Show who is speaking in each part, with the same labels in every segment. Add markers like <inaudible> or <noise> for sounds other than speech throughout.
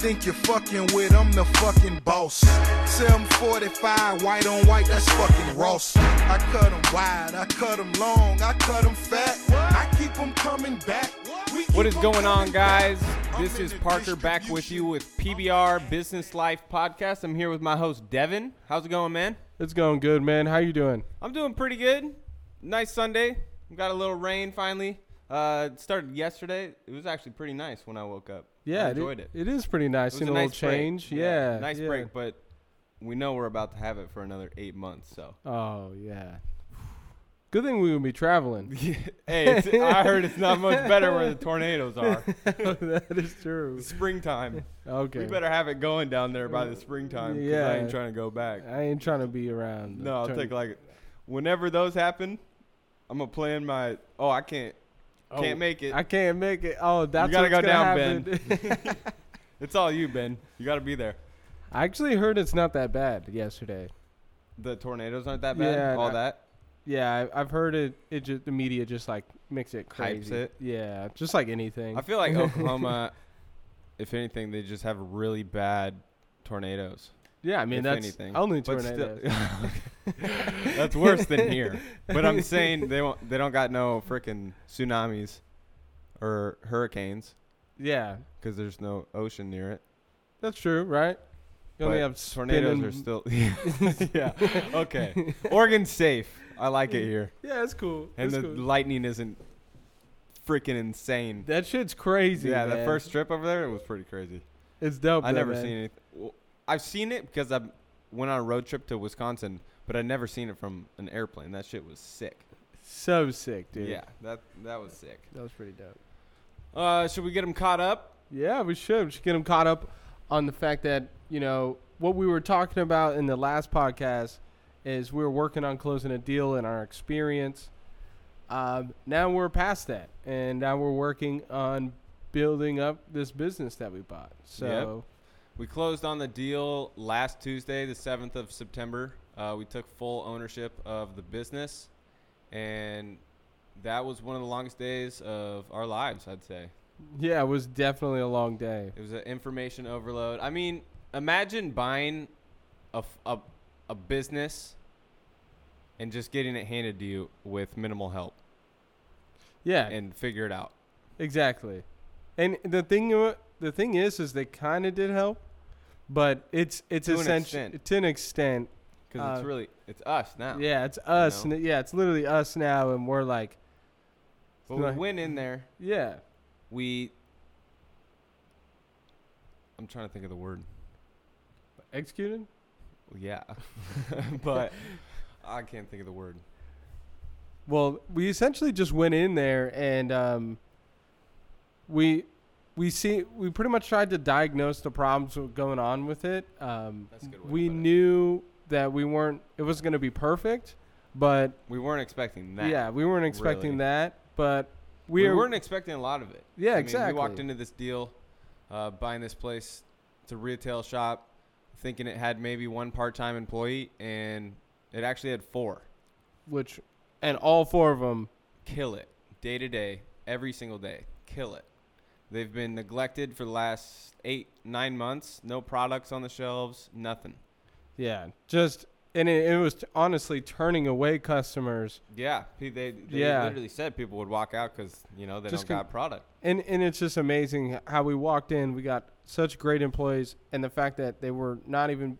Speaker 1: think you're fucking with, I'm the fucking boss. 745, white on white, that's fucking Ross. I cut 'em wide, I cut 'em long, I cut 'em fat. I keep 'em coming back. We
Speaker 2: What
Speaker 1: keep
Speaker 2: is
Speaker 1: 'em
Speaker 2: going on,
Speaker 1: coming back.
Speaker 2: guys?
Speaker 1: I'm
Speaker 2: This
Speaker 1: in
Speaker 2: is
Speaker 1: the
Speaker 2: Parker back with you
Speaker 1: distribution.
Speaker 2: with PBR Business Life Podcast. I'm here with my host, Devin. How's it going, man?
Speaker 3: It's going good, man. How you doing?
Speaker 2: I'm doing pretty good. Nice Sunday. Got a little rain finally. Uh, it started yesterday. It was actually pretty nice when I woke up.
Speaker 3: Yeah,
Speaker 2: I enjoyed it.
Speaker 3: It is pretty nice.
Speaker 2: was
Speaker 3: Seen a,
Speaker 2: a
Speaker 3: little
Speaker 2: nice break.
Speaker 3: change. Yeah,
Speaker 2: nice
Speaker 3: yeah.
Speaker 2: break, but we know we're about to have it for another eight months.
Speaker 3: <laughs>
Speaker 2: So,
Speaker 3: Oh yeah. Good thing we would
Speaker 2: <laughs>
Speaker 3: be traveling.
Speaker 2: hey, it's, I heard it's not much better where the tornadoes
Speaker 3: <laughs>
Speaker 2: are.
Speaker 3: that is <laughs> true.
Speaker 2: Springtime.
Speaker 3: Okay.
Speaker 2: We better have it going down there by the springtime. 'cause
Speaker 3: Yeah.
Speaker 2: I ain't trying to go back.
Speaker 3: I ain't trying to be around. the
Speaker 2: No, I'll
Speaker 3: turn-
Speaker 2: take like whenever those happen, I'm gonna plan my. Oh, I can't,
Speaker 3: Oh,
Speaker 2: can't make it.
Speaker 3: I can't make it. Oh, that's
Speaker 2: gotta
Speaker 3: what's
Speaker 2: go
Speaker 3: gonna
Speaker 2: down, Ben.
Speaker 3: happen. <laughs>
Speaker 2: it's all you, Ben. You gotta be there.
Speaker 3: I actually heard it's not that bad yesterday.
Speaker 2: The tornadoes aren't that bad.
Speaker 3: Yeah,
Speaker 2: all
Speaker 3: no.
Speaker 2: that.
Speaker 3: Yeah, I, I've heard it. It just the media just like makes it
Speaker 2: Hypes
Speaker 3: crazy.
Speaker 2: it.
Speaker 3: Yeah, just like anything.
Speaker 2: I feel
Speaker 3: <laughs>
Speaker 2: like Oklahoma, if anything, they just have really bad
Speaker 3: <laughs>
Speaker 2: tornadoes.
Speaker 3: yeah, I mean
Speaker 2: if
Speaker 3: that's
Speaker 2: anything,
Speaker 3: only
Speaker 2: But still- <laughs>
Speaker 3: tornadoes.
Speaker 2: that's worse than here. But I'm saying they won't. They don't got no freaking tsunamis or hurricanes
Speaker 3: yeah,
Speaker 2: because there's no ocean near it.
Speaker 3: that's true, right? You only
Speaker 2: But
Speaker 3: have
Speaker 2: Tornadoes are
Speaker 3: spinning-
Speaker 2: still. <laughs>
Speaker 3: <laughs>
Speaker 2: yeah. Okay. Oregon's safe. I like it here.
Speaker 3: Yeah, it's cool.
Speaker 2: And
Speaker 3: it's
Speaker 2: the
Speaker 3: cool.
Speaker 2: lightning isn't freaking insane.
Speaker 3: that shit's crazy.
Speaker 2: yeah,
Speaker 3: man.
Speaker 2: that first trip over there, it was pretty crazy.
Speaker 3: it's dope.
Speaker 2: I
Speaker 3: though,
Speaker 2: never
Speaker 3: man.
Speaker 2: seen it. well, I've seen it because I went on a road trip to Wisconsin, but I never seen it from an airplane. That shit was sick.
Speaker 3: So sick, dude.
Speaker 2: Yeah, that that was sick.
Speaker 3: that was pretty dope.
Speaker 2: Uh, should we get them caught up?
Speaker 3: Yeah, we should. We should get them caught up on the fact that you know what we were talking about in the last podcast is we were working on closing a deal in our experience. Um, now we're past that, and now we're working on building up this business that we bought. So
Speaker 2: We closed on the deal last Tuesday, the 7th of September. Uh, we took full ownership of the business, and that was one of the longest days of our lives, I'd say.
Speaker 3: yeah, it was definitely a long day.
Speaker 2: It was an information overload. I mean, imagine buying a, f- a, a business and just getting it handed to you with minimal help
Speaker 3: Yeah,
Speaker 2: and figure it out.
Speaker 3: Exactly. And the thing wa- the thing is is they kind of did help, but it's it's
Speaker 2: To an
Speaker 3: essential
Speaker 2: extent.
Speaker 3: to an extent.
Speaker 2: Because it's
Speaker 3: Uh,
Speaker 2: really, it's us now.
Speaker 3: Yeah, it's us.
Speaker 2: know?
Speaker 3: n- Yeah, it's literally us now and we're like,
Speaker 2: But we
Speaker 3: like-
Speaker 2: went in there.
Speaker 3: yeah.
Speaker 2: We, I'm trying to think of the word.
Speaker 3: Executed?
Speaker 2: Yeah, <laughs>
Speaker 3: <laughs>
Speaker 2: but I can't think of the word.
Speaker 3: Well, we essentially just went in there and um, we we see we pretty much tried to diagnose the problems w- going on with it. Um,
Speaker 2: That's a good way to
Speaker 3: we
Speaker 2: put it.
Speaker 3: knew that we weren't it was going to be perfect, but
Speaker 2: We weren't expecting that.
Speaker 3: yeah, we weren't expecting
Speaker 2: really.
Speaker 3: that, but
Speaker 2: we,
Speaker 3: we're,
Speaker 2: weren't expecting a lot of it.
Speaker 3: Yeah,
Speaker 2: I mean, We
Speaker 3: exactly.
Speaker 2: walked into this deal, uh, buying this place, it's a retail shop, thinking it had maybe one part-time employee, and it actually had four.
Speaker 3: which and all four of them
Speaker 2: Kill it, day to day, every single day. Kill it. They've been neglected for the last eight, nine months. No products on the shelves. Nothing.
Speaker 3: yeah just and it, it was t- honestly turning away customers
Speaker 2: Yeah, they, they
Speaker 3: Yeah.
Speaker 2: literally said people would walk out because you know they
Speaker 3: Just
Speaker 2: don't
Speaker 3: con-
Speaker 2: got product.
Speaker 3: and and it's just amazing how we walked in we got such great employees and the fact that they were not even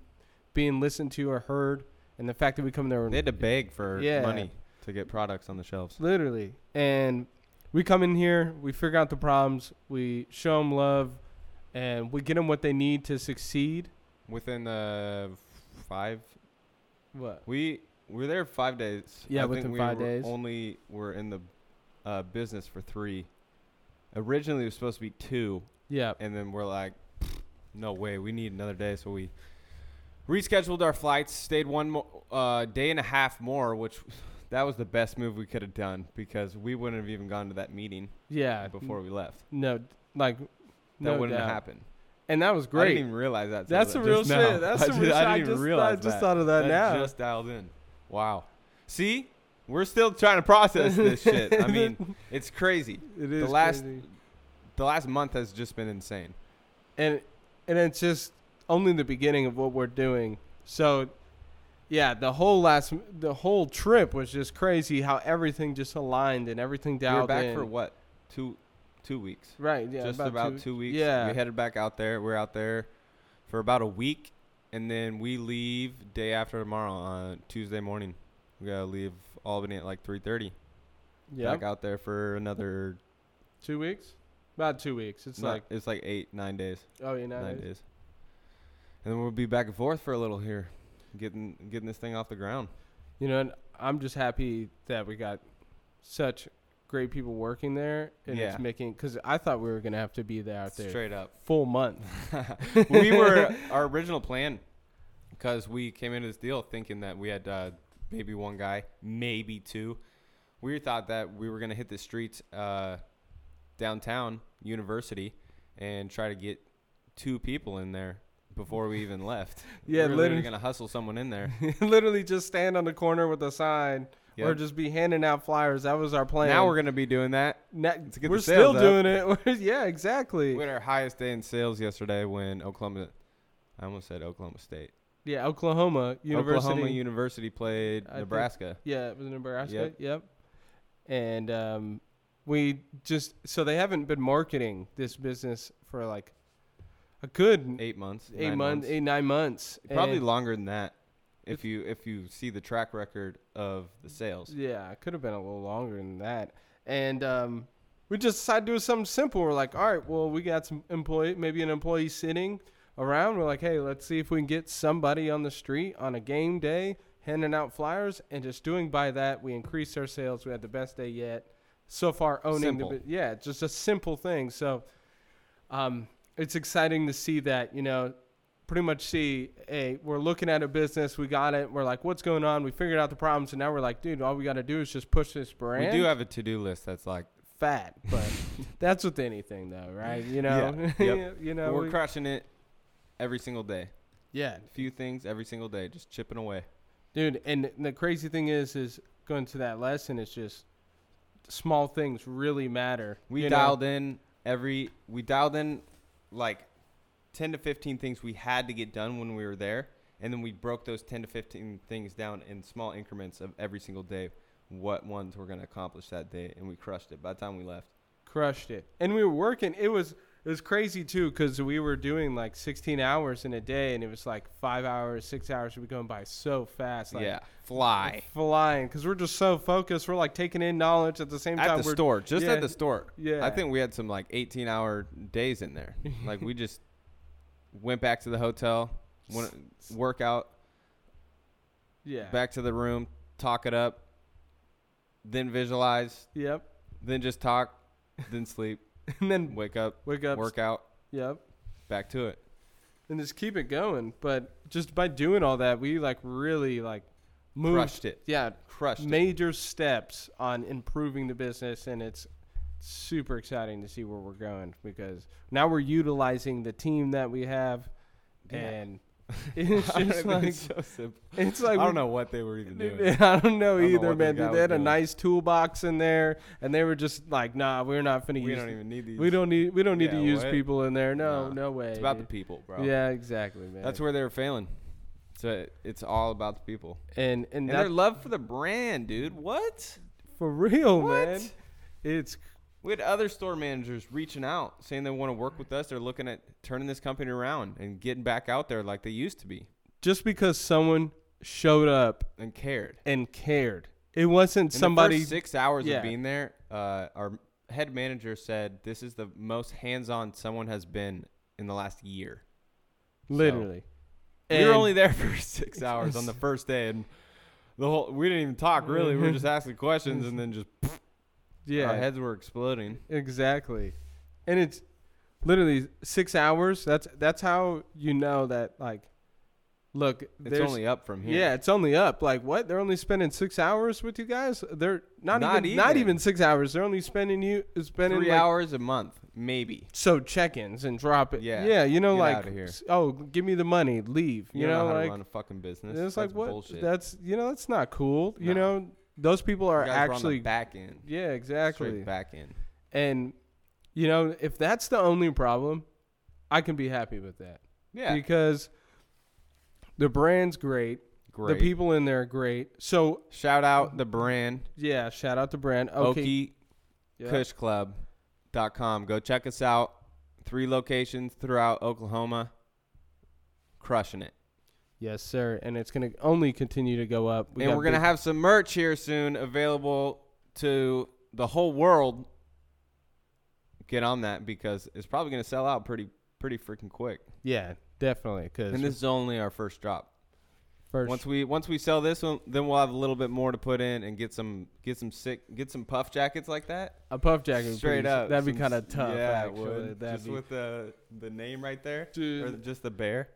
Speaker 3: being listened to or heard and the fact that we come there and
Speaker 2: They had to beg for
Speaker 3: Yeah.
Speaker 2: money to get products on the shelves.
Speaker 3: Literally. And we come in here, we figure out the problems, we show them love, and we get them what they need to succeed.
Speaker 2: Within the five,
Speaker 3: What?
Speaker 2: we we were there five days.
Speaker 3: Yeah,
Speaker 2: I think
Speaker 3: within
Speaker 2: we
Speaker 3: five
Speaker 2: were
Speaker 3: days.
Speaker 2: Only were in the uh, business for three. Originally, it was supposed to be two,
Speaker 3: Yeah.
Speaker 2: and then we're like, no way, we need another day. So we rescheduled our flights, stayed one more uh, day and a half more, which <sighs> that was the best move we could have done because we wouldn't have even gone to that meeting
Speaker 3: Yeah.
Speaker 2: before we left.
Speaker 3: No, like,
Speaker 2: That
Speaker 3: Uh, no
Speaker 2: wouldn't
Speaker 3: doubt.
Speaker 2: have happened.
Speaker 3: And that
Speaker 2: I
Speaker 3: was
Speaker 2: didn't
Speaker 3: great.
Speaker 2: even realize that. till
Speaker 3: That's
Speaker 2: <laughs>
Speaker 3: the
Speaker 2: just
Speaker 3: real
Speaker 2: now.
Speaker 3: shit. That's the
Speaker 2: ju-
Speaker 3: real shit.
Speaker 2: I
Speaker 3: I
Speaker 2: didn't
Speaker 3: just-
Speaker 2: even realize
Speaker 3: I just
Speaker 2: that.
Speaker 3: thought of that now.
Speaker 2: Just dialed in. Wow. See, we're still trying to process
Speaker 3: <laughs>
Speaker 2: this shit. I mean, it's crazy.
Speaker 3: It
Speaker 2: The
Speaker 3: is
Speaker 2: last-
Speaker 3: crazy.
Speaker 2: The last month has just been insane.
Speaker 3: and and it's just only the beginning of what we're doing. So, yeah, the whole last the whole trip was just crazy. How everything just aligned and everything
Speaker 2: We
Speaker 3: dialed
Speaker 2: were back
Speaker 3: in.
Speaker 2: for what? Two, two weeks.
Speaker 3: Right. Yeah.
Speaker 2: just about, two, weeks.
Speaker 3: Yeah.
Speaker 2: We headed back out there. We're out there for about a week, and then we leave day after tomorrow on Tuesday morning. We gotta leave Albany at like three thirty.
Speaker 3: yeah.
Speaker 2: Back out there for another.
Speaker 3: Two weeks. About two weeks. It's
Speaker 2: It's like
Speaker 3: like
Speaker 2: it's like eight, nine days.
Speaker 3: oh yeah,
Speaker 2: Nine,
Speaker 3: nine days.
Speaker 2: days. And then we'll be back and forth for a little here, getting getting this thing off the ground.
Speaker 3: You know, and I'm just happy that we got such great people working there, and
Speaker 2: Yeah.
Speaker 3: it's making because I thought we were gonna have to be there out there
Speaker 2: Straight up.
Speaker 3: full month.
Speaker 2: <laughs> we
Speaker 3: <laughs>
Speaker 2: were our original plan because we came into this deal thinking that we had uh, maybe one guy, maybe two. We thought that we were gonna hit the streets uh, downtown University and try to get two people in there before we even left.
Speaker 3: <laughs> Yeah,
Speaker 2: we were
Speaker 3: literally.
Speaker 2: literally gonna hustle someone in
Speaker 3: <laughs>
Speaker 2: there.
Speaker 3: Literally just stand on the corner with a sign, or
Speaker 2: Yep.
Speaker 3: just be handing out flyers. That was our plan.
Speaker 2: now we're gonna be doing that.
Speaker 3: Na-
Speaker 2: to get
Speaker 3: we're
Speaker 2: the
Speaker 3: still
Speaker 2: sales up.
Speaker 3: doing it. <laughs> We're- yeah, exactly.
Speaker 2: We had our highest day in sales yesterday when Oklahoma. I almost said Oklahoma State.
Speaker 3: yeah, Oklahoma University.
Speaker 2: Oklahoma University played
Speaker 3: I think-
Speaker 2: Nebraska.
Speaker 3: yeah, it was Nebraska. Yep.
Speaker 2: Yep.
Speaker 3: And um, we just so they haven't been marketing this business for like a good
Speaker 2: Eight months.
Speaker 3: eight
Speaker 2: nine
Speaker 3: months, eight nine months.
Speaker 2: Probably
Speaker 3: And-
Speaker 2: longer than that. If you if you see the track record of the sales,
Speaker 3: Yeah, it could have been a little longer than that. And um, we just decided to do something simple. We're like, all right, well, we got some employee, maybe an employee sitting around. We're like, hey, let's see if we can get somebody on the street on a game day handing out flyers and just doing by that. We increased our sales. We had the best day yet. So far, owning
Speaker 2: Simple.
Speaker 3: the bu- yeah, it's just a simple thing. So, um, it's exciting to see that you know pretty much see hey we're looking at a business we got it we're like what's going on we figured out the problems and now we're like dude all we got to do is just push this
Speaker 2: we
Speaker 3: brand
Speaker 2: do have a to do list that's like
Speaker 3: fat but that's with anything though right you know <laughs>
Speaker 2: Yeah, yep.
Speaker 3: you know
Speaker 2: we're
Speaker 3: we-
Speaker 2: crushing it every single day.
Speaker 3: yeah
Speaker 2: A few things every single day, just chipping away.
Speaker 3: dude and the crazy thing is is going to that lesson is just small things really matter
Speaker 2: We
Speaker 3: you know?
Speaker 2: dialed in every we dialed in like ten to fifteen things we had to get done when we were there, and then we broke those ten to fifteen things down in small increments of every single day. What ones we're gonna accomplish that day, and we crushed it by the time we left.
Speaker 3: crushed it and we were working it was it was crazy too because we were doing like 16 hours in a day and it was like five hours six hours we were going by so fast like
Speaker 2: yeah, fly.
Speaker 3: flying because we're just so focused we're like taking in knowledge at the same time
Speaker 2: at the
Speaker 3: we're
Speaker 2: store, just
Speaker 3: yeah.
Speaker 2: at the store.
Speaker 3: Yeah.
Speaker 2: I think we had some like 18 hour days in there. like we just went back to the hotel, went workout,
Speaker 3: yeah
Speaker 2: back to the room, talk it up, then visualize,
Speaker 3: yep <laughs>
Speaker 2: then just talk, then sleep,
Speaker 3: and then
Speaker 2: wake up,
Speaker 3: wake up
Speaker 2: work out,
Speaker 3: yep
Speaker 2: back to it.
Speaker 3: and just keep it going but just by doing all that we like really like moved
Speaker 2: Crushed it.
Speaker 3: yeah
Speaker 2: Crushed. <laughs> it.
Speaker 3: major steps on improving the business and it's super exciting to see where we're going because now we're utilizing the team that we have
Speaker 2: Yeah. <laughs>
Speaker 3: and it's just like
Speaker 2: it's so simple.
Speaker 3: it's like
Speaker 2: I
Speaker 3: we-
Speaker 2: don't know what they were even
Speaker 3: <laughs>
Speaker 2: doing.
Speaker 3: I don't know
Speaker 2: I don't know
Speaker 3: either,
Speaker 2: what that
Speaker 3: man. Dude,
Speaker 2: guy
Speaker 3: they
Speaker 2: was
Speaker 3: had a
Speaker 2: doing.
Speaker 3: nice toolbox in there, and they were just like, "Nah, we're not finna
Speaker 2: We
Speaker 3: use.
Speaker 2: don't even need these.
Speaker 3: we don't need. We don't need to
Speaker 2: Yeah,
Speaker 3: use
Speaker 2: what?
Speaker 3: people in there. No,
Speaker 2: Nah.
Speaker 3: no way.
Speaker 2: It's about the
Speaker 3: dude.
Speaker 2: people, bro.
Speaker 3: Yeah, exactly, man.
Speaker 2: That's where they were failing. So it's all about the people.
Speaker 3: and
Speaker 2: And
Speaker 3: and, that
Speaker 2: their love for the brand, dude. What?
Speaker 3: for real,
Speaker 2: What?
Speaker 3: man. It's
Speaker 2: We had other store managers reaching out saying they want to work with us. They're looking at turning this company around and getting back out there like they used to be
Speaker 3: just because someone showed up
Speaker 2: and cared.
Speaker 3: and cared. It wasn't
Speaker 2: In the
Speaker 3: somebody.
Speaker 2: first six hours
Speaker 3: yeah.
Speaker 2: of being there, uh, our head manager said this is the most hands-on someone has been in the last year.
Speaker 3: literally.
Speaker 2: we were
Speaker 3: And-
Speaker 2: only there <laughs> for
Speaker 3: <laughs>
Speaker 2: six hours on the first day, and the whole we didn't even talk really. We were
Speaker 3: <laughs>
Speaker 2: just asking questions, and then just
Speaker 3: yeah.
Speaker 2: our heads were exploding.
Speaker 3: Exactly. And it's literally six hours. That's that's how you know that like look
Speaker 2: It's
Speaker 3: there's
Speaker 2: only up from here.
Speaker 3: yeah, it's only up. Like what? They're only spending six hours with you guys? They're not,
Speaker 2: Not
Speaker 3: even, not
Speaker 2: even.
Speaker 3: even six hours. They're only spending you spending
Speaker 2: three
Speaker 3: like,
Speaker 2: hours a month, maybe.
Speaker 3: So check ins and drop it.
Speaker 2: Yeah.
Speaker 3: Yeah, you know
Speaker 2: Get
Speaker 3: like
Speaker 2: outta here.
Speaker 3: s- oh, give me the money, leave. You,
Speaker 2: You, don't
Speaker 3: know,
Speaker 2: know, how
Speaker 3: like
Speaker 2: to run a fucking business.
Speaker 3: it's like
Speaker 2: That's
Speaker 3: what
Speaker 2: Bullshit.
Speaker 3: that's you know, that's not cool. You
Speaker 2: No.
Speaker 3: know, those people are
Speaker 2: You guys were on the
Speaker 3: actually
Speaker 2: back end.
Speaker 3: Yeah, exactly.
Speaker 2: Straight back end.
Speaker 3: And you know, if that's the only problem, I can be happy with that.
Speaker 2: Yeah.
Speaker 3: because the brand's great.
Speaker 2: Great.
Speaker 3: The people in there are great. So
Speaker 2: Shout out the brand
Speaker 3: yeah, shout out to brand. Okay.
Speaker 2: okay.
Speaker 3: Yeah.
Speaker 2: cushclub.com. Go check us out. Three locations throughout Oklahoma. Crushing it.
Speaker 3: Yes, sir. And it's gonna only continue to go up.
Speaker 2: and
Speaker 3: got
Speaker 2: we're going to
Speaker 3: big-
Speaker 2: have some merch here soon available to the whole world. Get on that because it's probably going to sell out pretty pretty freaking quick.
Speaker 3: yeah, definitely. Because
Speaker 2: And this is only our first drop.
Speaker 3: first,
Speaker 2: Once we once we sell this one, then we'll have a little bit more to put in and get some get some sick get some puff jackets like that.
Speaker 3: a puff jacket, would
Speaker 2: Straight
Speaker 3: be-
Speaker 2: up,
Speaker 3: that'd be
Speaker 2: some
Speaker 3: kind of
Speaker 2: s-
Speaker 3: tough.
Speaker 2: Yeah, it
Speaker 3: actually.
Speaker 2: would.
Speaker 3: That'd
Speaker 2: just
Speaker 3: be-
Speaker 2: with the the name right there, or
Speaker 3: Dude.
Speaker 2: just the bear.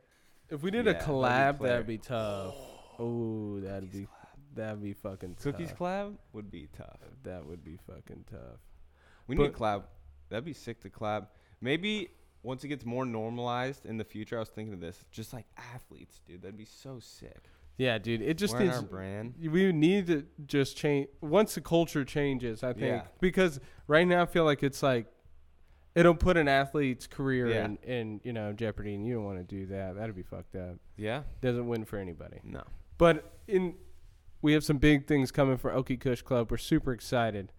Speaker 3: if we did
Speaker 2: yeah,
Speaker 3: a
Speaker 2: that'd be
Speaker 3: collab, that'd be,
Speaker 2: clear.
Speaker 3: <gasps> tough. Oh, that'd be that'd be fucking
Speaker 2: Cookies
Speaker 3: tough.
Speaker 2: collab would be tough.
Speaker 3: That would be fucking tough.
Speaker 2: We need a
Speaker 3: But-
Speaker 2: collab. That'd be sick to collab. Maybe once it gets more normalized in the future, I was thinking of this. Just like athletes, dude, that'd be so sick.
Speaker 3: Yeah, dude. It just
Speaker 2: Wearing
Speaker 3: needs
Speaker 2: our brand.
Speaker 3: we need to just change once the culture changes i think
Speaker 2: Yeah.
Speaker 3: because right now i feel like it's like it'll put an athlete's career
Speaker 2: Yeah.
Speaker 3: in, in you know jeopardy and you don't want to do that that'd be fucked up
Speaker 2: Yeah.
Speaker 3: doesn't win for anybody
Speaker 2: No.
Speaker 3: but in we have some big things coming for Okie Kush Club. We're super excited.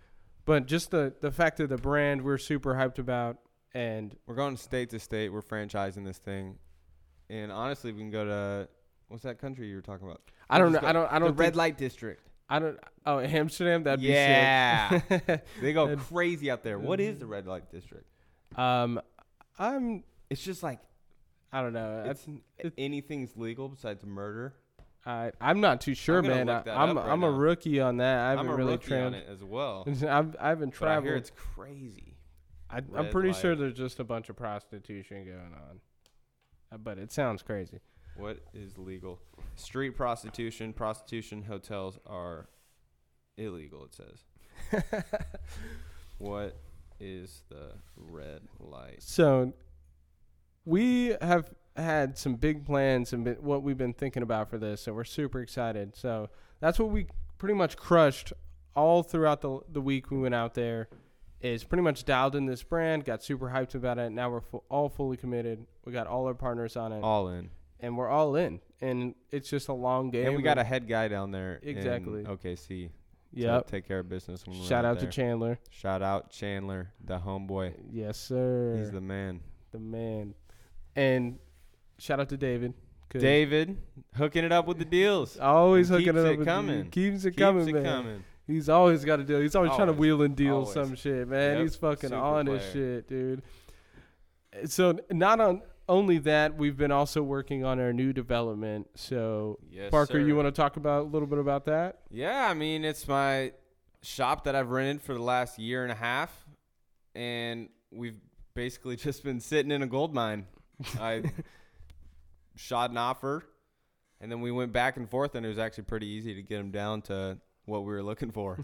Speaker 3: But just the the fact of the brand we're super hyped about and
Speaker 2: We're going state to state. We're franchising this thing, and honestly, we can go to what's that country you were talking about?
Speaker 3: I don't know
Speaker 2: Just
Speaker 3: I don't I
Speaker 2: the
Speaker 3: don't
Speaker 2: red
Speaker 3: think,
Speaker 2: light district.
Speaker 3: I don't oh Amsterdam that'd
Speaker 2: yeah,
Speaker 3: be sick.
Speaker 2: they go
Speaker 3: That'd-
Speaker 2: crazy out there. What is the red light district?
Speaker 3: <laughs> um I'm
Speaker 2: It's just like
Speaker 3: I don't know.
Speaker 2: it's, anything's legal besides murder.
Speaker 3: I I'm not too sure,
Speaker 2: I'm gonna
Speaker 3: man. I,
Speaker 2: look that
Speaker 3: I'm
Speaker 2: up right
Speaker 3: I'm a
Speaker 2: now.
Speaker 3: rookie on that. I
Speaker 2: I'm
Speaker 3: haven't
Speaker 2: a
Speaker 3: really
Speaker 2: rookie on
Speaker 3: <laughs> trained.
Speaker 2: it as well.
Speaker 3: I've I haven't
Speaker 2: But I hear
Speaker 3: traveled.
Speaker 2: it's crazy.
Speaker 3: I, I'm
Speaker 2: red
Speaker 3: pretty
Speaker 2: light.
Speaker 3: sure there's just a bunch of prostitution going on, Uh, but it sounds crazy.
Speaker 2: What is legal? Street prostitution, prostitution hotels are illegal. It says.
Speaker 3: <laughs>
Speaker 2: what is the red light?
Speaker 3: So we have had some big plans and been, what we've been thinking about for this, so we're super excited. So that's what we pretty much crushed all throughout the the week we went out there. Is pretty much dialed in this brand, got super hyped about it. Now we're fu- all fully committed. We got all our partners on it.
Speaker 2: All in.
Speaker 3: and we're all in. And it's just a long game.
Speaker 2: And we got a head guy down there. in
Speaker 3: Exactly.
Speaker 2: OKC. to
Speaker 3: yep.
Speaker 2: Take care of business. When we're
Speaker 3: Shout out
Speaker 2: there.
Speaker 3: to Chandler.
Speaker 2: Shout out Chandler, the homeboy.
Speaker 3: Yes, sir.
Speaker 2: He's the man.
Speaker 3: the man. And shout out to David. 'cause
Speaker 2: David, hooking it up with the deals.
Speaker 3: always
Speaker 2: He
Speaker 3: hooking
Speaker 2: keeps
Speaker 3: it up.
Speaker 2: it
Speaker 3: with-
Speaker 2: coming.
Speaker 3: Keeps it
Speaker 2: Keeps
Speaker 3: coming,
Speaker 2: it
Speaker 3: man.
Speaker 2: coming.
Speaker 3: He's always got a deal. He's always, trying to
Speaker 2: Always.
Speaker 3: wheal and deal
Speaker 2: Always.
Speaker 3: some shit, man.
Speaker 2: Yep.
Speaker 3: He's fucking
Speaker 2: Super
Speaker 3: on his shit, dude. So not on only that, we've been also working on our new development. So
Speaker 2: Yes,
Speaker 3: Parker, you
Speaker 2: sir.
Speaker 3: want to talk about a little bit about
Speaker 2: <laughs>
Speaker 3: that?
Speaker 2: Yeah, I mean, it's my shop that I've rented for the last year and a half, and we've basically <laughs> just been sitting in a gold
Speaker 3: <laughs>
Speaker 2: mine. I shot an offer, and then we went back and forth, and it was actually pretty easy to get them down to what we were looking
Speaker 3: <laughs>
Speaker 2: for.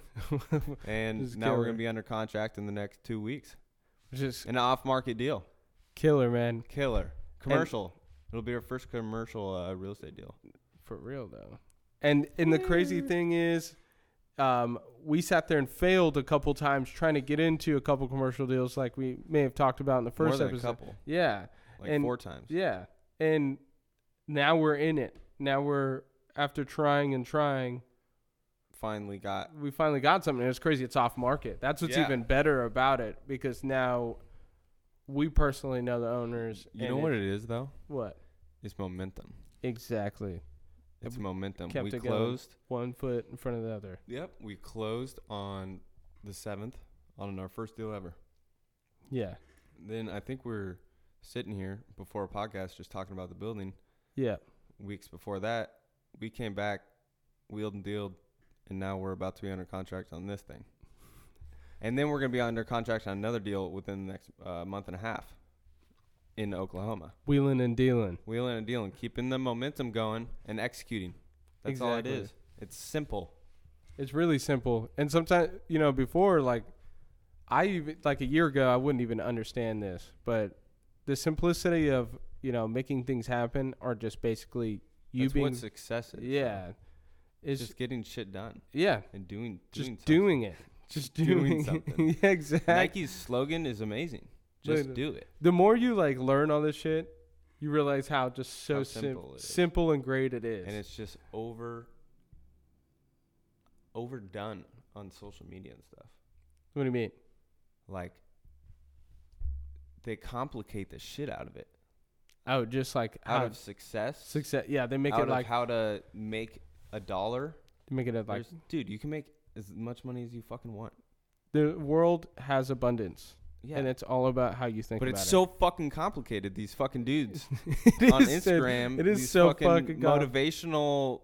Speaker 2: and
Speaker 3: Just
Speaker 2: now we're
Speaker 3: killer.
Speaker 2: going to be under contract in the next two weeks.
Speaker 3: Just
Speaker 2: An off market deal.
Speaker 3: killer, man.
Speaker 2: Killer. Commercial. It'll be our first commercial uh, real estate deal.
Speaker 3: For real though. And and the crazy thing is, um, we sat there and failed a couple times trying to get into a couple commercial deals, like we may have talked about in the first
Speaker 2: More than
Speaker 3: episode.
Speaker 2: a couple.
Speaker 3: Yeah,
Speaker 2: Like
Speaker 3: and
Speaker 2: four times.
Speaker 3: yeah, and now we're in it. Now we're after trying and trying,
Speaker 2: Finally got
Speaker 3: we finally got something. It's crazy. It's off market. That's what's
Speaker 2: Yeah.
Speaker 3: even better about it because now we personally know the owners.
Speaker 2: You
Speaker 3: and
Speaker 2: know what it is though?
Speaker 3: What
Speaker 2: It's momentum.
Speaker 3: exactly?
Speaker 2: It's momentum.
Speaker 3: kept
Speaker 2: We
Speaker 3: it going.
Speaker 2: closed.
Speaker 3: One foot in front of the other.
Speaker 2: Yep, we closed on the seventh on our first deal ever.
Speaker 3: Yeah,
Speaker 2: Then I think we're sitting here before a podcast just talking about the building.
Speaker 3: yeah.
Speaker 2: Weeks before that, we came back, wheeled and dealed, and now we're about to be under contract on this thing. <laughs> And then we're going to be under contract on another deal within the next uh, month and a half in Oklahoma.
Speaker 3: Wheeling and dealing.
Speaker 2: Wheeling and dealing, keeping the momentum going and executing. That's all it
Speaker 3: Exactly.
Speaker 2: is. It's simple.
Speaker 3: It's really simple. And sometimes, you know, before like I even like a year ago, I wouldn't even understand this, but the simplicity of you know making things happen are just basically you
Speaker 2: That's
Speaker 3: being
Speaker 2: what success is.
Speaker 3: yeah, it's
Speaker 2: It's just getting shit done
Speaker 3: yeah,
Speaker 2: and doing, doing
Speaker 3: just
Speaker 2: something.
Speaker 3: doing it, just
Speaker 2: Doing
Speaker 3: doing,
Speaker 2: something.
Speaker 3: <laughs> yeah, exactly.
Speaker 2: Nike's slogan is amazing. Just
Speaker 3: Literally.
Speaker 2: do it.
Speaker 3: the more you like learn all this shit, you realize how just so
Speaker 2: How simple
Speaker 3: simple,
Speaker 2: it is.
Speaker 3: simple and great it is.
Speaker 2: and it's just over overdone on social media and stuff.
Speaker 3: what do you mean?
Speaker 2: Like they complicate the shit out of it.
Speaker 3: Oh, just like
Speaker 2: Out
Speaker 3: how
Speaker 2: of success,
Speaker 3: success. Yeah, they make
Speaker 2: out
Speaker 3: it
Speaker 2: of
Speaker 3: like
Speaker 2: how to make a dollar.
Speaker 3: they make it a, like
Speaker 2: There's- dude, you can make as much money as you fucking want.
Speaker 3: the world has abundance,
Speaker 2: Yeah.
Speaker 3: and it's all about how you think.
Speaker 2: but
Speaker 3: about
Speaker 2: it's
Speaker 3: it.
Speaker 2: so fucking complicated. These fucking
Speaker 3: <laughs>
Speaker 2: dudes
Speaker 3: It
Speaker 2: on
Speaker 3: is so-
Speaker 2: Instagram,
Speaker 3: it is
Speaker 2: these
Speaker 3: so
Speaker 2: fucking,
Speaker 3: fucking com-
Speaker 2: motivational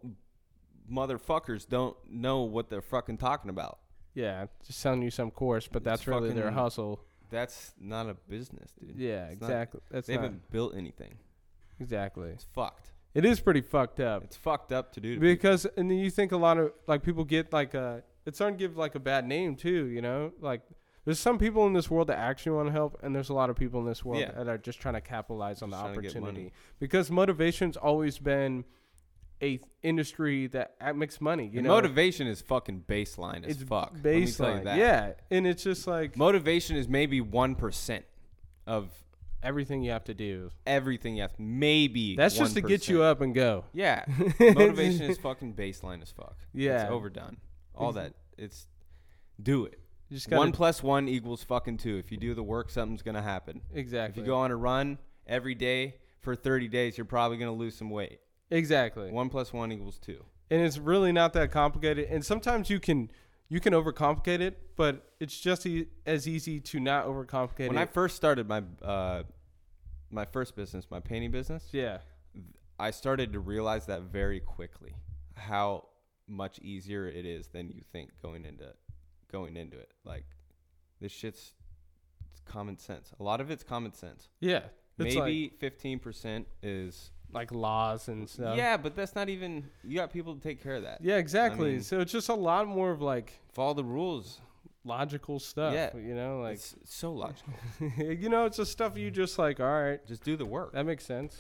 Speaker 2: motherfuckers don't know what they're fucking talking about.
Speaker 3: Yeah, just selling you some course, but that's
Speaker 2: It's
Speaker 3: really their
Speaker 2: fucking-
Speaker 3: hustle.
Speaker 2: That's not a business, dude.
Speaker 3: Yeah,
Speaker 2: It's not-
Speaker 3: exactly. that's
Speaker 2: they
Speaker 3: not,
Speaker 2: haven't built anything.
Speaker 3: exactly.
Speaker 2: It's fucked.
Speaker 3: It is pretty fucked up
Speaker 2: It's fucked up to do. To people.
Speaker 3: because, and then you think a lot of like people get like a. It's starting to give like a bad name too. You know, like there's some people in this world that actually want to help, and there's a lot of people in this world
Speaker 2: Yeah.
Speaker 3: that are just trying to capitalize on the
Speaker 2: Just trying to get money.
Speaker 3: opportunity because motivation's always been a th- industry that a- makes money. You
Speaker 2: And
Speaker 3: know,
Speaker 2: motivation is fucking baseline as fuck. Let me tell you
Speaker 3: baseline.
Speaker 2: that.
Speaker 3: Yeah, and it's just like
Speaker 2: Motivation is maybe one percent of
Speaker 3: everything you have to do.
Speaker 2: everything you have. Maybe
Speaker 3: That's just to get you
Speaker 2: 1%.
Speaker 3: up and go.
Speaker 2: Yeah.
Speaker 3: <laughs>
Speaker 2: Motivation is fucking baseline as fuck.
Speaker 3: Yeah.
Speaker 2: It's overdone. All that. It's do it.
Speaker 3: You just gotta,
Speaker 2: One plus one equals fucking two. If you do the work, something's gonna happen. If
Speaker 3: exactly.
Speaker 2: you go on a run every day for 30 days, you're probably gonna lose some weight.
Speaker 3: exactly.
Speaker 2: One plus one equals two.
Speaker 3: and it's really not that complicated and sometimes you can you can overcomplicate it but it's just e- as easy to not overcomplicate
Speaker 2: When
Speaker 3: it
Speaker 2: I first started my uh, my first business, my painting business,
Speaker 3: yeah
Speaker 2: I started to realize that very quickly how much easier it is than you think going into going into it. Like this shit's it's common sense. A lot of it's common sense.
Speaker 3: yeah it's
Speaker 2: Maybe fifteen percent is
Speaker 3: like, like laws and stuff
Speaker 2: yeah, but that's not even you got people to take care of that.
Speaker 3: yeah exactly
Speaker 2: mean-
Speaker 3: so it's just a lot more of like
Speaker 2: Follow the rules.
Speaker 3: logical stuff
Speaker 2: Yeah.
Speaker 3: you know like
Speaker 2: it's so logical.
Speaker 3: <laughs> you know it's just stuff you just like all right
Speaker 2: Just do the work.
Speaker 3: that makes sense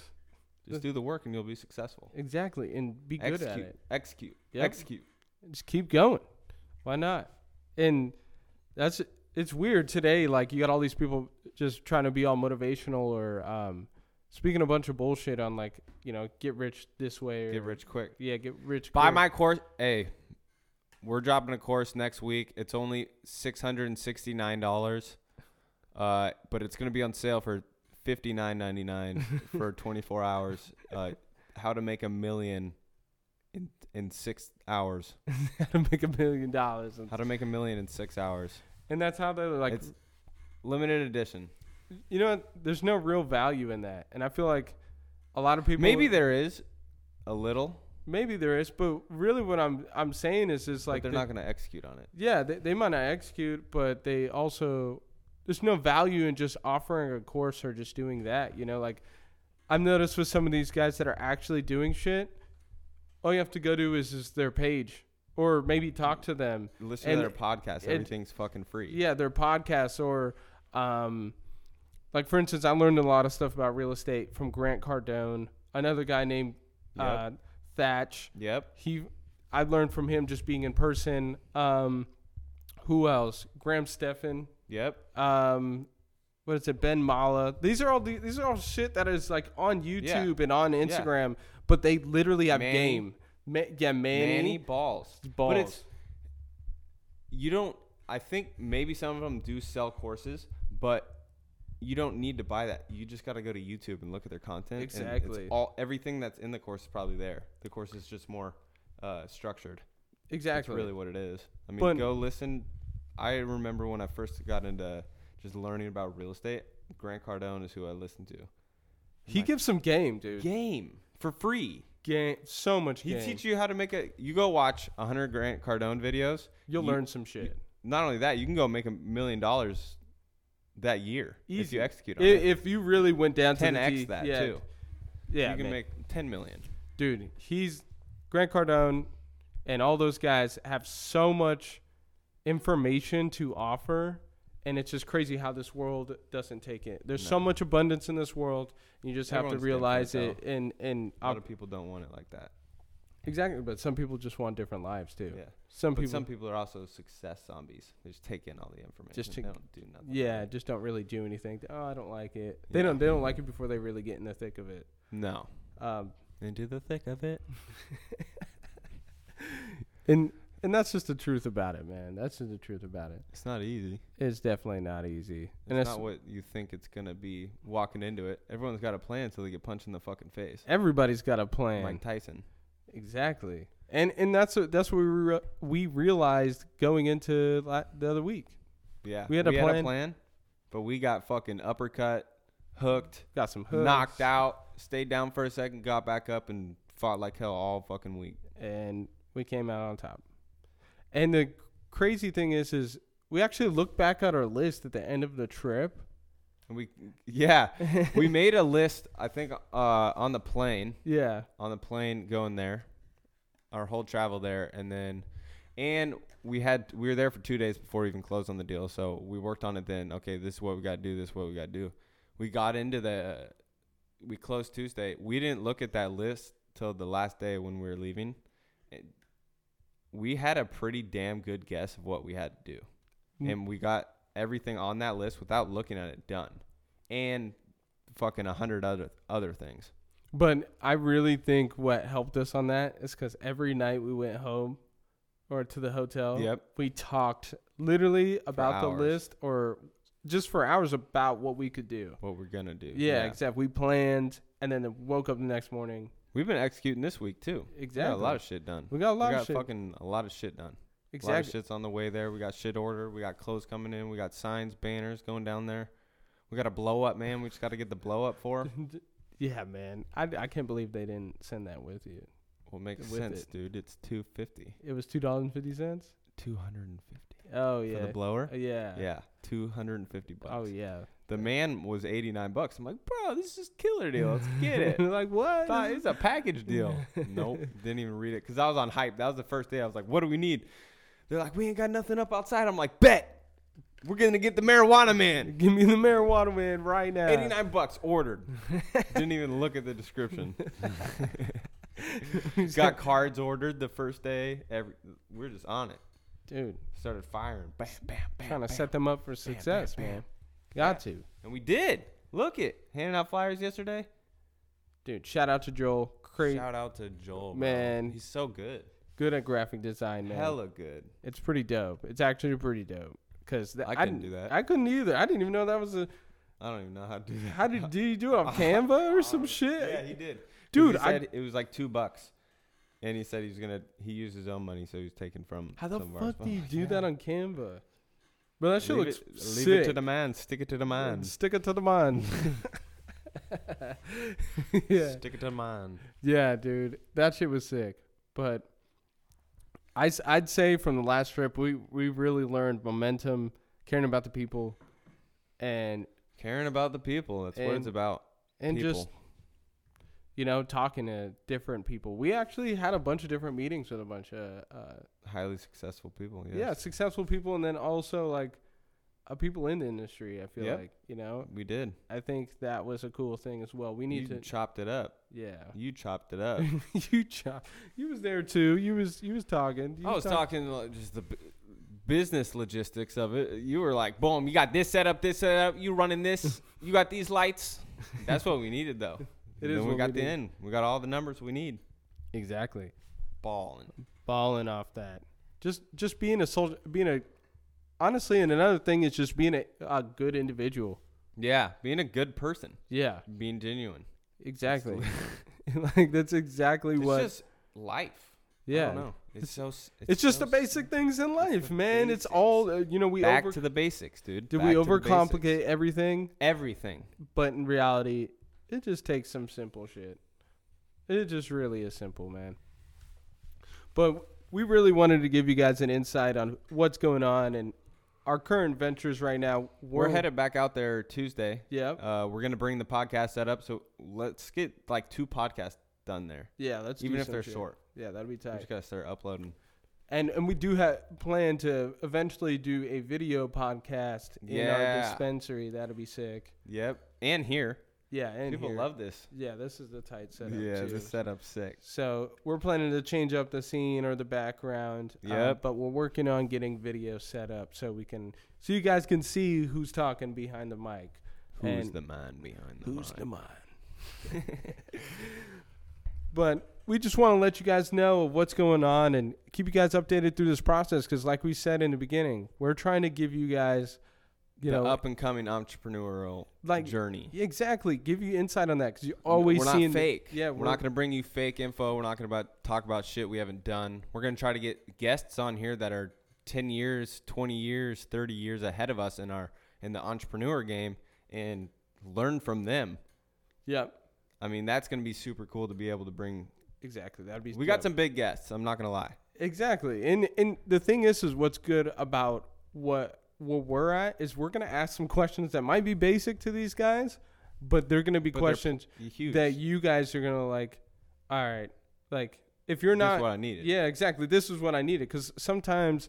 Speaker 2: Just do the work, and you'll be successful.
Speaker 3: exactly and be good
Speaker 2: execute,
Speaker 3: at it
Speaker 2: execute,
Speaker 3: Yep.
Speaker 2: execute.
Speaker 3: just keep going. Why not? And that's it's weird today. Like you got all these people just trying to be all motivational or um, speaking a bunch of bullshit on like you know get rich this way or
Speaker 2: Get rich quick.
Speaker 3: Yeah, get rich.
Speaker 2: Buy
Speaker 3: quick. <laughs>
Speaker 2: my course. Hey, we're dropping a course next week. It's only six hundred and sixty nine dollars, uh, but it's gonna be on sale for fifty nine ninety nine
Speaker 3: <laughs>
Speaker 2: for twenty four hours. Uh, how to make a million in in six hours?
Speaker 3: how to make a million dollars, and,
Speaker 2: How to make a million in six hours?
Speaker 3: and that's how they're like.
Speaker 2: it's limited edition.
Speaker 3: you know, what? there's no real value in that, and I feel like a lot of people
Speaker 2: Maybe there is a little,
Speaker 3: maybe there is, but really what I'm I'm saying is is
Speaker 2: like
Speaker 3: like
Speaker 2: they're
Speaker 3: the-
Speaker 2: not gonna execute on it.
Speaker 3: yeah, they, they might not execute, but they also there's no value in just offering a course or just doing that. You know, like I've noticed with some of these guys that are actually doing shit, all you have to go to is, is their page or maybe talk to them.
Speaker 2: Listen
Speaker 3: And
Speaker 2: to their podcast.
Speaker 3: it-
Speaker 2: Everything's fucking free.
Speaker 3: Yeah, their podcasts or um, like for instance, I learned a lot of stuff about real estate from Grant Cardone, another guy named uh, Thatch
Speaker 2: Yep.
Speaker 3: he I learned from him just being in person. Um, who else? Graham Stefan.
Speaker 2: Yep.
Speaker 3: Um, what is it? Ben Mala. These are all the, these are all shit that is like on YouTube and on Instagram, but they literally have
Speaker 2: Manny.
Speaker 3: game. Ma- yeah, Manny.
Speaker 2: Manny balls.
Speaker 3: balls.
Speaker 2: But it's you don't. I think maybe some of them do sell courses, but you don't need to buy that. You just got to go to YouTube and look at their content. and it's
Speaker 3: Exactly.
Speaker 2: all everything that's in the course is probably there. The course is just more uh, structured. That's
Speaker 3: exactly.
Speaker 2: really what it is. I mean,
Speaker 3: But-
Speaker 2: go listen. I remember when I first got into just learning about real estate. Grant Cardone is who I listened to.
Speaker 3: he gives some game, dude. Game,
Speaker 2: Game for free.
Speaker 3: so much
Speaker 2: He
Speaker 3: game.
Speaker 2: teach you how to make a. You go watch 100 Grant Cardone videos.
Speaker 3: You'll
Speaker 2: you-
Speaker 3: learn some shit.
Speaker 2: not only that, you can go make a million dollars that year if
Speaker 3: Easy.
Speaker 2: you execute
Speaker 3: I-
Speaker 2: on
Speaker 3: if,
Speaker 2: it.
Speaker 3: you really went down to
Speaker 2: Ten
Speaker 3: the
Speaker 2: x
Speaker 3: D-
Speaker 2: that
Speaker 3: yeah,
Speaker 2: too.
Speaker 3: Yeah,
Speaker 2: you can
Speaker 3: man.
Speaker 2: make ten million.
Speaker 3: dude, he's Grant Cardone and all those guys have so much information to offer. And it's just crazy how this world doesn't take it. There's so much abundance in this world. and You just have to
Speaker 2: Everyone's
Speaker 3: realize
Speaker 2: different,
Speaker 3: it. And, and
Speaker 2: A lot
Speaker 3: op-
Speaker 2: of people don't want it like that.
Speaker 3: Exactly, but some people just want different lives too.
Speaker 2: Yeah.
Speaker 3: Some
Speaker 2: But
Speaker 3: people,
Speaker 2: some people are also success zombies. They just take in all the information.
Speaker 3: Just
Speaker 2: they
Speaker 3: to-
Speaker 2: don't do nothing.
Speaker 3: yeah, just don't really do anything. Oh, I don't like it. They
Speaker 2: Yeah.
Speaker 3: don't. They don't like it before they really get in the thick of it.
Speaker 2: No.
Speaker 3: Um,
Speaker 2: Into the thick of it.
Speaker 3: and and that's just the truth about it, man. That's just the truth about it.
Speaker 2: It's not easy.
Speaker 3: It's definitely not easy, and
Speaker 2: It's
Speaker 3: it's
Speaker 2: not what you think it's gonna be walking into it. Everyone's got a plan until they get punched in the fucking face.
Speaker 3: everybody's got a plan.
Speaker 2: Mike Tyson.
Speaker 3: Exactly, and and that's what that's what we re- we realized going into la- the other week.
Speaker 2: Yeah.
Speaker 3: We had a plan.
Speaker 2: but we got fucking uppercut, hooked,
Speaker 3: Got some hooks,
Speaker 2: knocked out, stayed down for a second, got back up, and fought like hell all fucking week.
Speaker 3: and we came out on top. And the crazy thing is, is we actually looked back at our list at the end of the trip.
Speaker 2: And we, <laughs> yeah, we made a list. I think uh, on the plane,
Speaker 3: Yeah,
Speaker 2: on the plane going there, our whole travel there, and then, and we had we were there for two days before we even closed on the deal. So we worked on it then. Okay, this is what we got to do. This is what we got to do. We got into the, we closed Tuesday. We didn't look at that list till the last day when we were leaving. It- we had a pretty damn good guess of what we had to do,
Speaker 3: Mm.
Speaker 2: and we got everything on that list without looking at it done, and fucking a hundred other other things.
Speaker 3: but I really think what helped us on that is because every night we went home or to the hotel.
Speaker 2: Yep.
Speaker 3: we talked literally about the
Speaker 2: hours.
Speaker 3: list or just for hours about what we could do.
Speaker 2: What we're gonna do?
Speaker 3: Yeah, except we planned and then woke up the next morning.
Speaker 2: We've been executing this week too. Yeah, a
Speaker 3: Exactly.
Speaker 2: lot of shit done.
Speaker 3: We got a lot
Speaker 2: we
Speaker 3: of
Speaker 2: got
Speaker 3: shit.
Speaker 2: fucking a lot of shit done. A lot of
Speaker 3: exactly.
Speaker 2: shit's on the way there. We got shit order. We got clothes coming in. We got signs, banners going down there. We got a blow up, man. We just got to get the blow up for. 'em.
Speaker 3: Yeah, man. I, I can't believe they didn't send that with you.
Speaker 2: Well, makes
Speaker 3: <laughs> With
Speaker 2: sense,
Speaker 3: it.
Speaker 2: dude. It's two fifty.
Speaker 3: It was two dollars and fifty cents.
Speaker 2: Two hundred and fifty
Speaker 3: Oh yeah.
Speaker 2: for the blower.
Speaker 3: Uh, yeah.
Speaker 2: yeah, two hundred and fifty bucks.
Speaker 3: Oh yeah.
Speaker 2: The man was eighty nine bucks. I'm like, bro, this is killer deal. Let's
Speaker 3: <laughs>
Speaker 2: get it.
Speaker 3: like what?
Speaker 2: thought it's a package deal. <laughs> nope, didn't even read it because I was on hype. That was the first day. I was like, "What do we need?" They're like, "We ain't got nothing up outside." I'm like, "Bet we're gonna get the marijuana man."
Speaker 3: Give me the marijuana man right now.
Speaker 2: Eighty nine bucks ordered. <laughs> didn't even look at the <laughs> description. got cards ordered the first day. Every we're just on it.
Speaker 3: Dude,
Speaker 2: Started firing. Bam, bam, bam.
Speaker 3: trying to
Speaker 2: bam.
Speaker 3: set them up for success,
Speaker 2: bam.
Speaker 3: man. Got to.
Speaker 2: and we did. Look it. Handing out flyers yesterday.
Speaker 3: Dude, shout out to Joel. Great.
Speaker 2: Shout out to Joel, bro.
Speaker 3: Man.
Speaker 2: He's so good.
Speaker 3: Good at graphic design, man.
Speaker 2: Hella good.
Speaker 3: It's pretty dope. It's actually pretty dope. Cause th-
Speaker 2: I couldn't
Speaker 3: didn't-
Speaker 2: do that.
Speaker 3: I couldn't either. I didn't even know that was a.
Speaker 2: I don't even know how to do that.
Speaker 3: How did, did you do it
Speaker 2: <laughs>
Speaker 3: on Canva or some shit?
Speaker 2: Yeah, he did. 'Cause
Speaker 3: Dude,
Speaker 2: he
Speaker 3: I-
Speaker 2: said it was like two bucks, and he said he was gonna he used his own money, so he was taking from.
Speaker 3: How the
Speaker 2: some of
Speaker 3: fuck
Speaker 2: ours.
Speaker 3: do you do that on Canva? But that shit
Speaker 2: leave
Speaker 3: looks
Speaker 2: it,
Speaker 3: sick.
Speaker 2: Leave it to the man. Stick it to the man.
Speaker 3: Stick it to the man. <laughs> yeah.
Speaker 2: Stick it to the man.
Speaker 3: Yeah, dude. That shit was sick. But I, would say from the last trip, we, we really learned momentum, caring about the people, and
Speaker 2: Caring about the people. That's what
Speaker 3: And-
Speaker 2: it's about.
Speaker 3: and
Speaker 2: people.
Speaker 3: just, you know, talking to different people. We actually had a bunch of different meetings with a bunch of, uh,
Speaker 2: highly successful people. Yes.
Speaker 3: yeah, successful people, and then also, like, uh, people in the industry, I feel
Speaker 2: Yep.
Speaker 3: like, you know?
Speaker 2: we did.
Speaker 3: I think that was a cool thing as well. We need
Speaker 2: you
Speaker 3: to,
Speaker 2: chopped it up.
Speaker 3: yeah.
Speaker 2: You chopped it
Speaker 3: <laughs>
Speaker 2: up.
Speaker 3: you chop. You was there too. You was you was talking. You
Speaker 2: I was
Speaker 3: talk-
Speaker 2: talking like, just the bu- business logistics of it. You were like, boom, you got this set up, this set up, you running
Speaker 3: <laughs>
Speaker 2: this, you got these lights. That's what we needed though. And
Speaker 3: It is
Speaker 2: then
Speaker 3: what
Speaker 2: we got the
Speaker 3: we need.
Speaker 2: end. We got all the numbers we need.
Speaker 3: exactly
Speaker 2: Balling.
Speaker 3: balling off that. Just just being a soldier, being a honestly, and another thing is just being a, a good individual.
Speaker 2: Yeah, being a good person,
Speaker 3: Yeah,
Speaker 2: being genuine.
Speaker 3: exactly. <laughs> like that's exactly
Speaker 2: It's
Speaker 3: what.
Speaker 2: just life.
Speaker 3: yeah,
Speaker 2: I don't know. It's so. s-
Speaker 3: it's, just
Speaker 2: so
Speaker 3: the basic things in life,
Speaker 2: the
Speaker 3: man. It's all uh, you know.
Speaker 2: s-
Speaker 3: We
Speaker 2: Back
Speaker 3: over
Speaker 2: to the basics, dude.
Speaker 3: did
Speaker 2: Back
Speaker 3: we
Speaker 2: to the
Speaker 3: overcomplicate
Speaker 2: basics.
Speaker 3: everything?
Speaker 2: everything?
Speaker 3: But in reality, it just takes some simple shit. It just really is simple, man. But we really wanted to give you guys an insight on what's going on and our current ventures right now.
Speaker 2: We're headed back out there Tuesday.
Speaker 3: Yep.
Speaker 2: Uh, we're gonna bring the podcast set up, so let's get like two podcasts done there.
Speaker 3: yeah, let's do
Speaker 2: even if
Speaker 3: some
Speaker 2: they're
Speaker 3: shit.
Speaker 2: short.
Speaker 3: Yeah, that'd be
Speaker 2: We
Speaker 3: tight.
Speaker 2: just gotta start uploading.
Speaker 3: And and we do have plan to eventually do a video podcast in our
Speaker 2: Yeah.
Speaker 3: dispensary. That'd be sick.
Speaker 2: Yep. And here,
Speaker 3: Yeah, and
Speaker 2: People
Speaker 3: here.
Speaker 2: love this.
Speaker 3: Yeah, this is the tight setup.
Speaker 2: Yeah,
Speaker 3: too.
Speaker 2: the setup's sick.
Speaker 3: So we're planning to change up the scene or the background. um,
Speaker 2: Yep.
Speaker 3: but we're working on getting video set up so we can so you guys can see who's talking behind the mic.
Speaker 2: Who's
Speaker 3: and
Speaker 2: the man behind the
Speaker 3: who's the
Speaker 2: mic?
Speaker 3: man? <laughs> but we just want to let you guys know of what's going on and keep you guys updated through this process because, like we said in the beginning, we're trying to give you guys, you
Speaker 2: the
Speaker 3: know,
Speaker 2: up and coming entrepreneurial
Speaker 3: Like,
Speaker 2: journey.
Speaker 3: exactly give you insight on that because you always
Speaker 2: we're
Speaker 3: seeing
Speaker 2: not
Speaker 3: the-
Speaker 2: fake.
Speaker 3: yeah,
Speaker 2: we're, not going to bring you fake info. We're not going to about talk about shit we haven't done. We're going to try to get guests on here that are ten years, twenty years, thirty years ahead of us in our in the entrepreneur game and learn from them.
Speaker 3: Yep,
Speaker 2: I mean, that's going to be super cool to be able to bring.
Speaker 3: exactly. That'd be
Speaker 2: We got
Speaker 3: dope.
Speaker 2: some big guests. I'm not going to lie.
Speaker 3: Exactly. And and the thing is is what's good about what what we're at is we're gonna ask some questions that might be basic to these guys, but they're gonna be
Speaker 2: But they're
Speaker 3: questions
Speaker 2: Huge.
Speaker 3: that you guys are gonna like, all right, like if you're
Speaker 2: That's
Speaker 3: not
Speaker 2: what I needed.
Speaker 3: yeah, exactly. This is what I needed because sometimes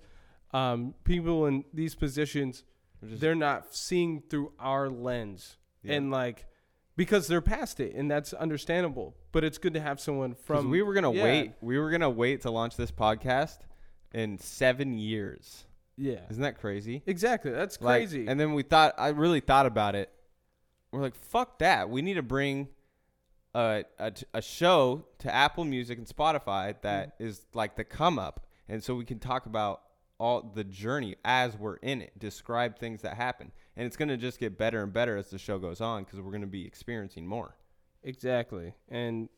Speaker 3: um, people in these positions
Speaker 2: They're just-
Speaker 3: they're not seeing through our lens
Speaker 2: Yeah.
Speaker 3: and like because they're past it and that's understandable. But it's good to have someone
Speaker 2: Because
Speaker 3: from
Speaker 2: we were gonna
Speaker 3: yeah,
Speaker 2: wait. We were gonna wait to launch this podcast in seven years.
Speaker 3: Yeah,
Speaker 2: Isn't that crazy?
Speaker 3: exactly. That's
Speaker 2: Like,
Speaker 3: crazy.
Speaker 2: and then we thought. I really thought about it. We're like, fuck that. We need to bring a a, t- a show to Apple Music and Spotify that
Speaker 3: Mm.
Speaker 2: is like the come up, and so we can talk about all the journey as we're in it, describe things that happen, and it's gonna just get better and better as the show goes on because we're gonna be experiencing more.
Speaker 3: Exactly. And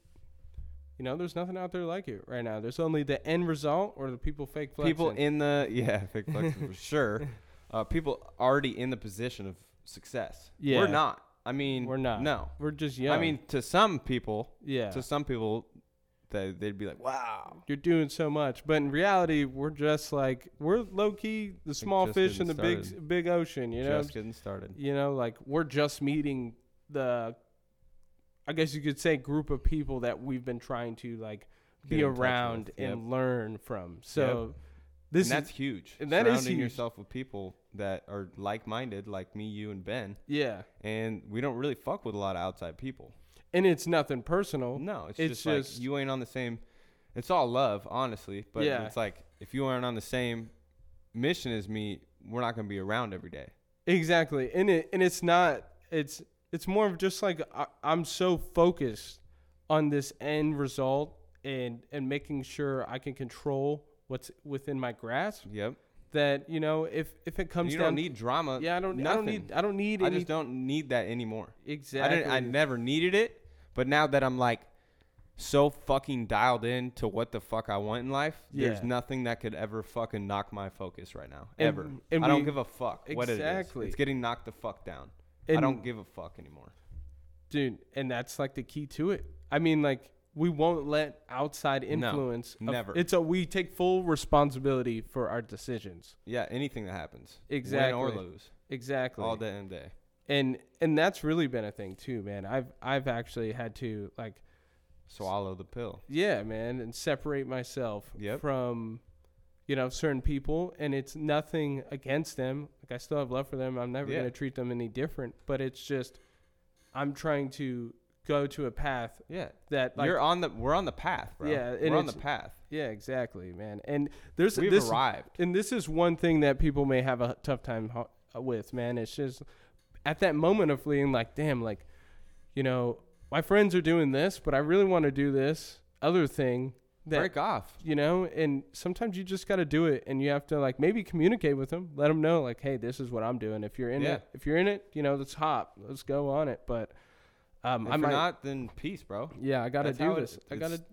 Speaker 3: you know, there's nothing out there like it right now. There's only the end result or the people fake flexing.
Speaker 2: people in the yeah fake
Speaker 3: <laughs>
Speaker 2: flexing for sure uh, people already in the position of success
Speaker 3: Yeah.
Speaker 2: we're not i mean
Speaker 3: we're not.
Speaker 2: no
Speaker 3: We're just young.
Speaker 2: i mean to some people
Speaker 3: yeah.
Speaker 2: to some people they, they'd be like wow
Speaker 3: you're doing so much, but in reality, we're just like we're low key the small
Speaker 2: just
Speaker 3: fish in
Speaker 2: getting
Speaker 3: the big
Speaker 2: started.
Speaker 3: big ocean, you know?
Speaker 2: just getting started
Speaker 3: You know, like we're just meeting the I guess you could say group of people that we've been trying to like
Speaker 2: Get
Speaker 3: be
Speaker 2: in touch with,
Speaker 3: around
Speaker 2: yep.
Speaker 3: and learn from. So this
Speaker 2: and that's
Speaker 3: is
Speaker 2: huge
Speaker 3: and that is
Speaker 2: surrounding
Speaker 3: huge.
Speaker 2: yourself with people that are like-minded like me you and ben
Speaker 3: yeah.
Speaker 2: and we don't really fuck with a lot of outside people
Speaker 3: And it's nothing personal.
Speaker 2: No, it's,
Speaker 3: It's
Speaker 2: just,
Speaker 3: just-
Speaker 2: like you ain't on the same. It's all love, honestly. But
Speaker 3: Yeah.
Speaker 2: it's like if you aren't on the same mission as me, we're not gonna be around every day.
Speaker 3: Exactly, and it and it's not. It's it's more of just like I, I'm so focused on this end result and and making sure I can control what's within my grasp.
Speaker 2: Yep.
Speaker 3: That you know, if if it comes
Speaker 2: You
Speaker 3: down,
Speaker 2: don't need drama.
Speaker 3: yeah, I don't I
Speaker 2: nothing.
Speaker 3: don't need I don't need
Speaker 2: I
Speaker 3: any
Speaker 2: just don't need that anymore. I
Speaker 3: exactly.
Speaker 2: didn't. I never needed it, but now that I'm like so fucking dialed in to what the fuck I want in life, there's
Speaker 3: Yeah.
Speaker 2: nothing that could ever fucking knock my focus right now.
Speaker 3: And-
Speaker 2: ever.
Speaker 3: and
Speaker 2: I don't
Speaker 3: we-
Speaker 2: give a fuck what it is.
Speaker 3: Exactly.
Speaker 2: It's getting knocked the fuck down. I
Speaker 3: And-
Speaker 2: don't give a fuck anymore.
Speaker 3: dude, and that's like the key to it. I mean, like we won't let outside influence. of-
Speaker 2: never.
Speaker 3: It's a we take full responsibility for our decisions.
Speaker 2: Yeah, anything that happens, win
Speaker 3: Exactly.
Speaker 2: or lose,
Speaker 3: Exactly.
Speaker 2: all day and day.
Speaker 3: and and that's really been a thing too man i've i've actually had to like
Speaker 2: Swallow the pill.
Speaker 3: yeah man and separate myself
Speaker 2: Yep.
Speaker 3: from you know certain people and it's nothing against them like i still have love for them i'm never
Speaker 2: Yeah.
Speaker 3: going to treat them any different but it's just i'm trying to go to a path
Speaker 2: Yeah,
Speaker 3: that like
Speaker 2: you're on the. We're on the path, bro.
Speaker 3: Yeah, and
Speaker 2: we're on the
Speaker 3: it's-
Speaker 2: path.
Speaker 3: yeah exactly man and there's
Speaker 2: We've
Speaker 3: this
Speaker 2: arrived.
Speaker 3: and this is one thing that people may have a tough time ho- uh, with man it's just at that moment of feeling like damn like you know my friends are doing this but i really want to do this other thing that
Speaker 2: Break off.
Speaker 3: you know and sometimes you just got to do it and you have to like maybe communicate with them let them know like hey this is what i'm doing if you're in
Speaker 2: Yeah.
Speaker 3: it if you're in it you know let's hop let's go on it but um
Speaker 2: If
Speaker 3: i
Speaker 2: you're
Speaker 3: might
Speaker 2: not, then peace, bro.
Speaker 3: yeah i gotta
Speaker 2: That's how
Speaker 3: do
Speaker 2: it-
Speaker 3: this i
Speaker 2: it's-
Speaker 3: gotta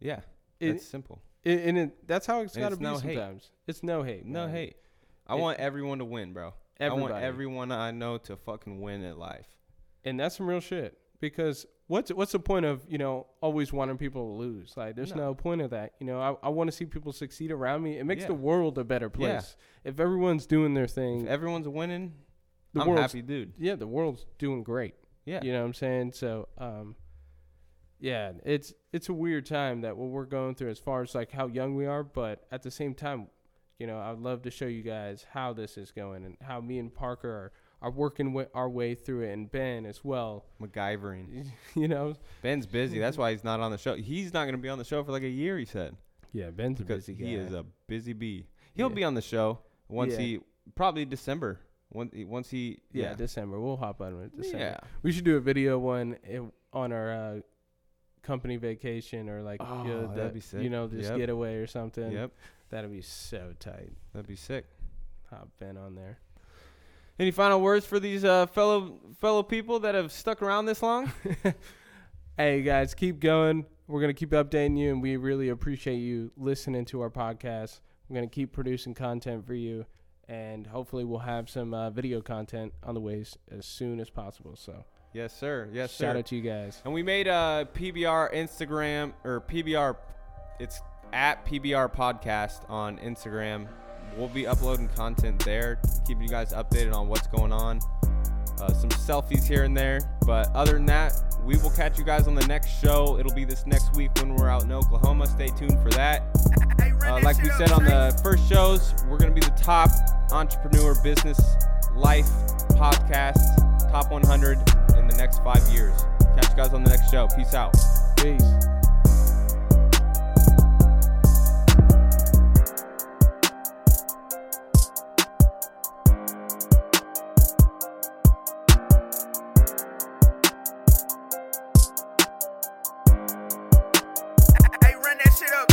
Speaker 2: Yeah,
Speaker 3: It-
Speaker 2: it's simple.
Speaker 3: and and it, that's how it's
Speaker 2: And
Speaker 3: gotta
Speaker 2: it's
Speaker 3: be
Speaker 2: no hate.
Speaker 3: sometimes it's no hate
Speaker 2: No
Speaker 3: man.
Speaker 2: hate. I
Speaker 3: It-
Speaker 2: want everyone to win, bro. I want
Speaker 3: Everybody.
Speaker 2: everyone I know to fucking win at life.
Speaker 3: and that's some real shit because what's what's the point of you know always wanting people to lose like there's no,
Speaker 2: No.
Speaker 3: point of that you know i, I want to see people succeed around me it makes
Speaker 2: Yeah.
Speaker 3: the world a better place if everyone's doing their
Speaker 2: If
Speaker 3: thing
Speaker 2: everyone's winning,
Speaker 3: the
Speaker 2: I'm
Speaker 3: world's
Speaker 2: happy,
Speaker 3: <laughs>
Speaker 2: dude.
Speaker 3: yeah the world's doing great
Speaker 2: Yeah,
Speaker 3: you know what i'm saying so um yeah it's it's a weird time that what we're going through as far as like how young we are but at the same time you know i'd love to show you guys how this is going and how me and parker are are working wi- our way through it, and Ben as well. <laughs>
Speaker 2: MacGyvering.
Speaker 3: You know,
Speaker 2: Ben's busy. That's why he's not on the show. He's not going to be on the show for like a year. He said
Speaker 3: yeah, Ben's a
Speaker 2: because
Speaker 3: busy guy.
Speaker 2: he is a busy bee. He'll
Speaker 3: Yeah.
Speaker 2: be on the show once
Speaker 3: Yeah.
Speaker 2: he probably December. Once once he
Speaker 3: yeah,
Speaker 2: yeah
Speaker 3: December. We'll hop on with December.
Speaker 2: Yeah.
Speaker 3: We should do a video one eh, on our uh, company vacation or like
Speaker 2: Oh,
Speaker 3: you know,
Speaker 2: that'd
Speaker 3: the-
Speaker 2: be sick.
Speaker 3: You know, just
Speaker 2: Yep.
Speaker 3: getaway or something.
Speaker 2: yep
Speaker 3: That'd be so tight.
Speaker 2: that'd be sick.
Speaker 3: Hop Ben on there. <laughs>
Speaker 2: Any final words for these uh, fellow fellow people that have stuck around this
Speaker 3: <sighs>
Speaker 2: long?
Speaker 3: Hey guys, keep going. We're gonna keep updating you, and we really appreciate you listening to our podcast. We're gonna keep producing content for you, and hopefully, we'll have some uh, video content on the ways as soon as possible. So,
Speaker 2: yes, sir. Yes,
Speaker 3: shout
Speaker 2: sir.
Speaker 3: out to you guys.
Speaker 2: And we made uh, a PBR Instagram or PBR. It's at PBR Podcast on Instagram. We'll be uploading content there, keeping you guys updated on what's going on. Uh, some selfies here and there. But other than that, we will catch you guys on the next show. It'll be this next week when we're out in Oklahoma. Stay tuned for that. Uh, like we said on the first shows, we're going to be the top entrepreneur business life podcast, top 100 in the next five years. Catch you guys on the next show. Peace out.
Speaker 3: Peace.
Speaker 4: Hey, run that shit up.